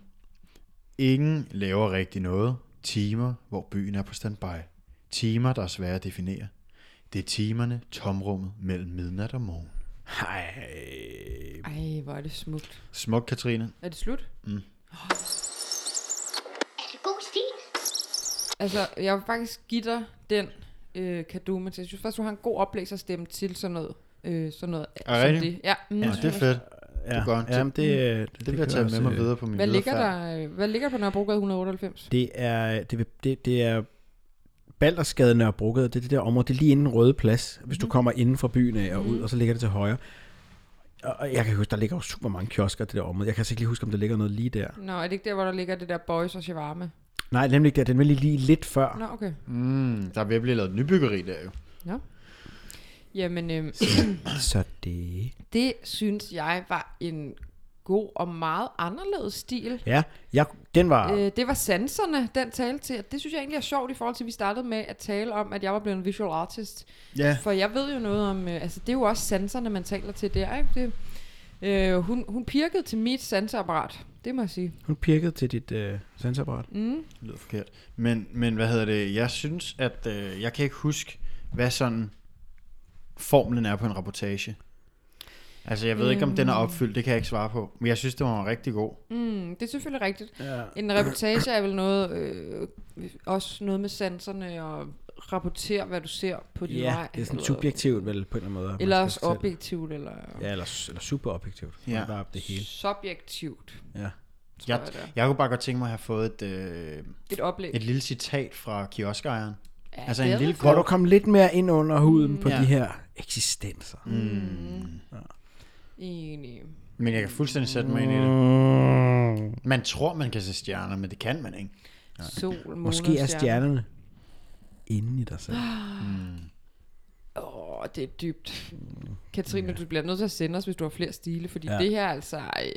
Speaker 4: Ingen laver rigtig noget. Timer, hvor byen er på standby. Timer, der er svære at definere. Det er timerne, tomrummet mellem midnat og morgen.
Speaker 3: Hej.
Speaker 4: Øh,
Speaker 2: Ej, hvor er det smukt.
Speaker 4: Smuk, Katrine.
Speaker 2: Er det slut?
Speaker 1: Er det god stil?
Speaker 2: Altså, jeg vil faktisk give dig den øh, kadume til. Jeg synes faktisk, du har en god oplæserstemme til sådan noget. Øh, sådan noget
Speaker 4: Er
Speaker 2: som
Speaker 4: det?
Speaker 2: det. Ja, mm,
Speaker 4: Ja,
Speaker 2: synes
Speaker 4: det er
Speaker 2: jeg.
Speaker 4: fedt.
Speaker 3: Ja,
Speaker 4: er godt.
Speaker 3: Jamen, det, det,
Speaker 4: Det vil jeg tage med mig videre på min
Speaker 2: Hvad ligger,
Speaker 4: viderefærd.
Speaker 2: der, øh, hvad ligger der på Nørrebrogade 198?
Speaker 3: Det er, det, vil- det, det er Baldersgade Nørrebrogade, det er det der område, det er lige inden Røde Plads, hvis
Speaker 2: Mhm.
Speaker 3: du kommer inden fra byen af og ud, og så ligger det til højre. Og- Og jeg kan huske, der ligger jo super mange kiosker i det der område. Jeg kan altså ikke lige huske, om der ligger noget lige der.
Speaker 2: Nå, er det ikke der, hvor der ligger det der Boys og Shawarma?
Speaker 3: Nej, nemlig ikke der. Den er nemlig lige lidt før.
Speaker 4: Ah.
Speaker 2: Nå, okay.
Speaker 4: Mm, der er ved at blive lavet nybyggeri der jo.
Speaker 2: Nå. Jamen, øh,
Speaker 3: Så det...
Speaker 2: det synes jeg var en god og meget anderledes stil.
Speaker 3: Ja, jeg, den var...
Speaker 2: Øh, det var sanserne, den talte til. og Det synes jeg egentlig er sjovt i forhold til, at vi startede med at tale om, at jeg var blevet en visual artist.
Speaker 4: Ja.
Speaker 2: For jeg ved jo noget om, øh, altså det er jo også sanserne, man taler til der, ikke? Det, øh, hun, hun pirkede til mit sanseapparat, det må jeg sige.
Speaker 3: Hun pirkede til dit øh, sensorapparat.
Speaker 2: Mm.
Speaker 4: Det lyder forkert. Men, men hvad hedder det? Jeg synes, at øh, jeg kan ikke huske, hvad sådan formlen er på en reportage. Altså, jeg ved ikke, om den er opfyldt. Det kan jeg ikke svare på. Men jeg synes, det var rigtig god.
Speaker 2: Mm, det er selvfølgelig rigtigt.
Speaker 3: Ja.
Speaker 2: En reportage er vel noget, øh, også noget med sanserne og rapportere, hvad du ser på din vej.
Speaker 3: Ja, det er sådan
Speaker 2: eller-
Speaker 3: subjektivt vel på en eller anden måde. at man
Speaker 2: Eller
Speaker 3: skal
Speaker 2: også
Speaker 3: fortælle.
Speaker 2: objektivt, eller
Speaker 3: Ja, eller, eller super objektivt.
Speaker 4: Ja.
Speaker 3: Ja. Der er det hele.
Speaker 2: subjektivt,
Speaker 3: Ja.
Speaker 2: tror
Speaker 4: Jeg,
Speaker 2: jeg, det er.
Speaker 4: jeg kunne bare godt tænke mig at have fået et, øh,
Speaker 2: Et oplæg.
Speaker 4: et lille citat fra kioskejeren.
Speaker 2: Ja,
Speaker 4: altså,
Speaker 2: det
Speaker 4: en
Speaker 2: er
Speaker 4: lille
Speaker 2: lidt
Speaker 3: Hvor du
Speaker 4: kort...
Speaker 3: kom lidt mere ind under huden mm, på
Speaker 4: Ja.
Speaker 3: ja. de her eksistenser. Mm.
Speaker 2: Enig.
Speaker 4: Men jeg kan fuldstændig sætte mig ind i det.
Speaker 3: Mm.
Speaker 4: Man tror, man kan se stjerner, men det kan man ikke.
Speaker 2: Sol, måne,
Speaker 3: Måske er stjernerne inde i dig selv.
Speaker 2: Ah, Åh, oh, det er dybt. Katrine, du bliver nødt til at sende os, hvis du har flere stile, fordi ja.
Speaker 3: Ja.
Speaker 2: det her er altså øh,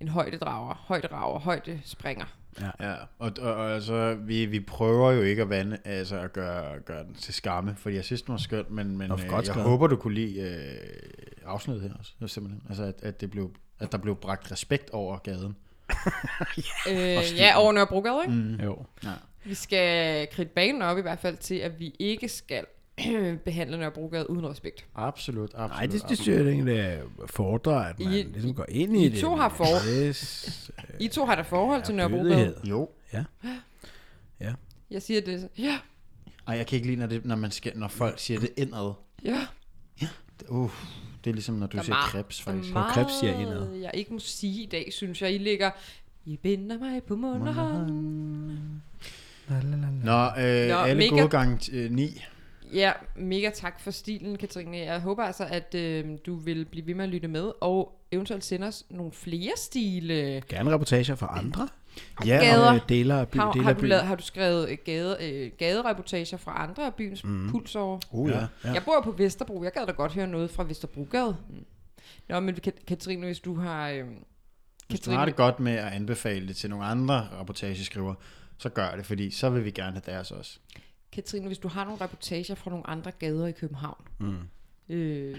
Speaker 2: en højdedrager, højdedrager, højdespringer.
Speaker 4: Ja, og, og, og altså, vi, vi prøver jo ikke at vande, altså at gøre, gøre den til skamme, fordi jeg synes, den var skønt, men, men
Speaker 3: Nå,
Speaker 4: øh,
Speaker 3: for godt
Speaker 4: jeg
Speaker 3: skrevet.
Speaker 4: håber, du kunne lide øh, afsnittet her også, simpelthen. Altså, at, at, det blev, at der blev bragt respekt over gaden.
Speaker 2: Øh, ja, over Nørrebrogade, ikke? Mm.
Speaker 3: Mm. Jo.
Speaker 2: Vi skal kridte banen op i hvert fald til, at vi ikke skal behandle Nørrebrogade uden respekt.
Speaker 4: Absolut, absolut.
Speaker 3: Nej, det, det synes jeg ikke, det fordrer, at man
Speaker 2: I-
Speaker 3: I, ligesom går ind i
Speaker 2: I
Speaker 3: det.
Speaker 2: to har for-
Speaker 3: Yes.
Speaker 2: I to har da forhold til Nørrebrogade.
Speaker 3: Blødhed.
Speaker 4: Jo.
Speaker 3: Ja. Ja.
Speaker 2: Jeg siger det. Ja,
Speaker 4: Ej, jeg kan ikke lide, når, det, når, man skal, når folk siger det indad.
Speaker 2: ja.
Speaker 4: Uh, det er ligesom, når du
Speaker 2: Der er
Speaker 4: siger
Speaker 2: meget-
Speaker 4: krebs,
Speaker 2: Der
Speaker 4: faktisk.
Speaker 2: er
Speaker 3: Og krebs siger
Speaker 2: meget,
Speaker 3: indad.
Speaker 2: Jeg ikke må sige i dag, synes jeg. I ligger, I binder mig på mund og hånd.
Speaker 4: Nå, øh,
Speaker 2: Nå,
Speaker 4: Nå alle
Speaker 2: mega-
Speaker 4: gode gange øh, 9.
Speaker 2: Ja, mega tak for stilen, Katrine. Jeg håber altså, at øh, du vil blive ved med at lytte med, og eventuelt sende os nogle flere stile.
Speaker 3: Gerne reportager fra andre.
Speaker 4: Ja, og,
Speaker 2: Gader.
Speaker 3: Øh, deler af by,
Speaker 2: Har,
Speaker 3: deler
Speaker 2: har,
Speaker 3: af
Speaker 2: du
Speaker 3: by.
Speaker 2: lavet, har du skrevet øh, gade, øh, gadereportager fra andre af byens mm. pulsår?
Speaker 3: Oh,
Speaker 4: Uh, ja.
Speaker 2: Ja. Jeg bor på Vesterbro. Jeg gad da godt høre noget fra Vesterbrogade. Nå, men Kat- Katrine, hvis du har... Øh,
Speaker 4: Hvis du har det godt med at anbefale det til nogle andre rapportageskrivere, så gør det, fordi så vil vi gerne have deres også.
Speaker 2: Katrine, hvis du har nogle reportager fra nogle andre gader i København. Mm. Øh,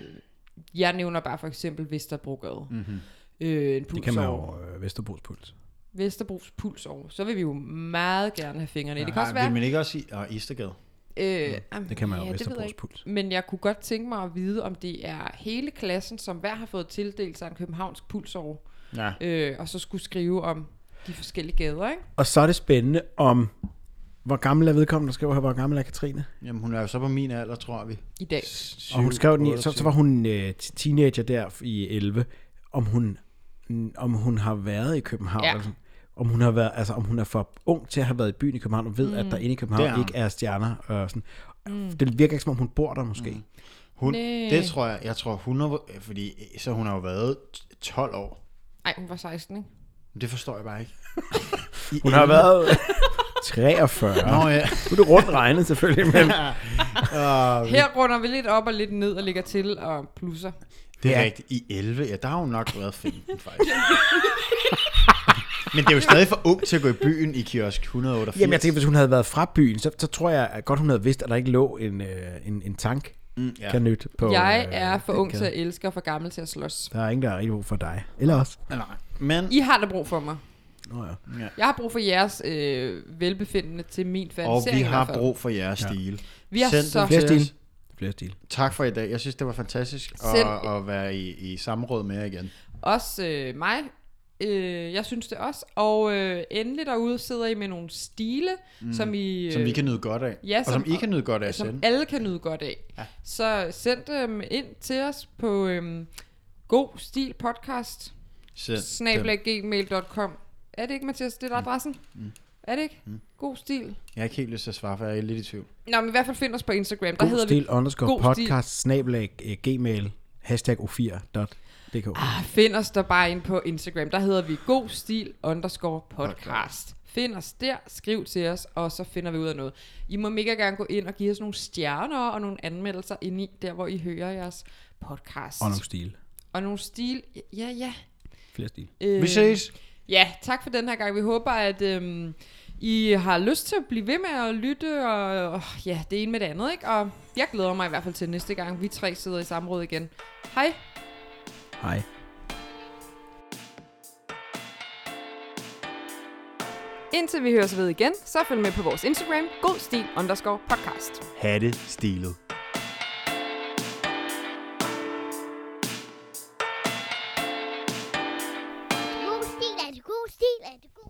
Speaker 2: jeg nævner bare for eksempel Vesterbrogade. Mm-hmm. Øh, en
Speaker 3: Mhm. Det kan man
Speaker 2: pulsår.
Speaker 3: jo øh, Vesterbros puls.
Speaker 2: Vesterbros pulsår. Så vil vi jo meget gerne have fingrene i. Det kan
Speaker 4: Ej,
Speaker 2: også være...
Speaker 4: Vil man ikke også sige, og Istergade?
Speaker 2: Øh, jamen,
Speaker 3: Mm. Det kan man jo
Speaker 2: det ved jeg
Speaker 3: Vesterbros
Speaker 2: ikke.
Speaker 3: puls.
Speaker 2: Men jeg kunne godt tænke mig at vide, om det er hele klassen, som hver har fået tildelt sig en københavnsk pulsår,
Speaker 4: Ja.
Speaker 2: øh, og så skulle skrive om de forskellige gader, ikke?
Speaker 3: Og så er det spændende om, hvor gammel er vedkommende, der skriver her, hvor gammel er Katrine?
Speaker 4: Jamen, hun er jo så på min alder, tror vi.
Speaker 2: I dag.
Speaker 3: Og hun
Speaker 4: Syv,
Speaker 3: skrev den i, så,
Speaker 4: otteogtyve.
Speaker 3: så var hun øh, t- teenager der i 11, om hun, om hun har været i København.
Speaker 2: Ja.
Speaker 3: Ja. Om hun, har været, altså, om hun er for ung til at have været i byen i København, og ved, mm. at der inde i København
Speaker 4: Det er
Speaker 3: er
Speaker 4: hun.
Speaker 3: ikke er stjerner. Og sådan. Mm. Det virker ikke, som om hun bor der måske. Mm.
Speaker 4: Hun,
Speaker 2: Næh.
Speaker 4: det tror jeg, jeg tror 100, øh, fordi øh, så hun har jo været t- 12 år.
Speaker 2: Nej, hun var 16, ikke?
Speaker 4: Men Det forstår jeg bare ikke.
Speaker 3: Hun har været 43.
Speaker 4: Nå ja.
Speaker 3: Nu er det rundt regnet selvfølgelig, men
Speaker 2: Her runder vi lidt op og lidt ned og ligger til og plusser.
Speaker 4: Det er
Speaker 3: Ja.
Speaker 4: ja. rigtigt. I 11, ja, der har hun nok været 15, faktisk. Men det er jo stadig for ung til at gå i byen i kiosk 188.
Speaker 3: Jamen jeg tænker, hvis hun havde været fra byen, så, så tror jeg at godt, hun havde vidst, at der ikke lå en, øh, en, en tank mm,
Speaker 4: ja.
Speaker 3: ja. kan nyt på.
Speaker 2: Jeg
Speaker 3: øh,
Speaker 2: er for
Speaker 3: den
Speaker 2: ung til
Speaker 3: gade.
Speaker 2: at elske og for gammel til at slås.
Speaker 3: Der er ingen, der er rigtig brug for dig. Eller os.
Speaker 4: Ah, Nej, men
Speaker 2: I har da brug for mig.
Speaker 3: Nå, ja.
Speaker 2: Jeg har brug for jeres øh, velbefindende til min
Speaker 4: og
Speaker 2: fanisering.
Speaker 4: vi
Speaker 2: i hvert
Speaker 4: har
Speaker 2: fald.
Speaker 4: brug for jeres ja. stil.
Speaker 2: Vi har
Speaker 4: Send
Speaker 2: så
Speaker 4: dem
Speaker 3: Flere
Speaker 4: til os.
Speaker 3: stil. Flere stil.
Speaker 4: Tak for i dag. Jeg synes, det var fantastisk
Speaker 2: Selv-
Speaker 4: at, at være i, i samråd med jer igen.
Speaker 2: Også øh, mig. Øh, jeg synes det også. Og øh, endelig derude sidder I med nogle stile, mm. som I... Øh,
Speaker 4: Som vi kan nyde godt af.
Speaker 2: ja,
Speaker 4: og som,
Speaker 2: som-
Speaker 4: I kan nyde godt af at
Speaker 2: som
Speaker 4: sende.
Speaker 2: alle kan nyde godt af. Ja. Så send dem ind til os på øhm, god stil podcast
Speaker 4: Send dem.
Speaker 2: gmail.com. Er det ikke, Mathias? Det er der adressen? Mm. Er det ikke? Mm. God stil.
Speaker 4: Jeg har ikke helt lyst til at svare, for jeg er lidt i tvivl.
Speaker 2: Nå, men i hvert fald find os på Instagram. Der
Speaker 3: God
Speaker 2: hedder
Speaker 3: stil
Speaker 2: vi...
Speaker 3: underscore
Speaker 2: God stil.
Speaker 3: podcast snablag øh, gmail hashtag o4.dk.
Speaker 2: Ah, Find os der bare ind på Instagram. Der hedder vi god stil underscore podcast. Find os der, skriv til os, og så finder vi ud af noget. I må mega gerne gå ind og give os nogle stjerner og nogle anmeldelser inde i, der hvor I hører jeres podcast.
Speaker 3: Og nogle stil.
Speaker 2: og nogle stil. Ja, ja.
Speaker 3: Flere stil.
Speaker 2: Øh,
Speaker 4: Vi ses!
Speaker 2: Ja, tak for den her gang. Vi håber, at øhm, I har lyst til at blive ved med at lytte, og og ja, det ene med det andet, ikke? Og jeg glæder mig i hvert fald til næste gang, vi tre sidder i samråd igen. Hej!
Speaker 3: Hej.
Speaker 2: Indtil vi høres ved igen, så følg med på vores Instagram, godstil underscore podcast.
Speaker 4: Ha' det stilet.
Speaker 1: God stil er det god stil er det god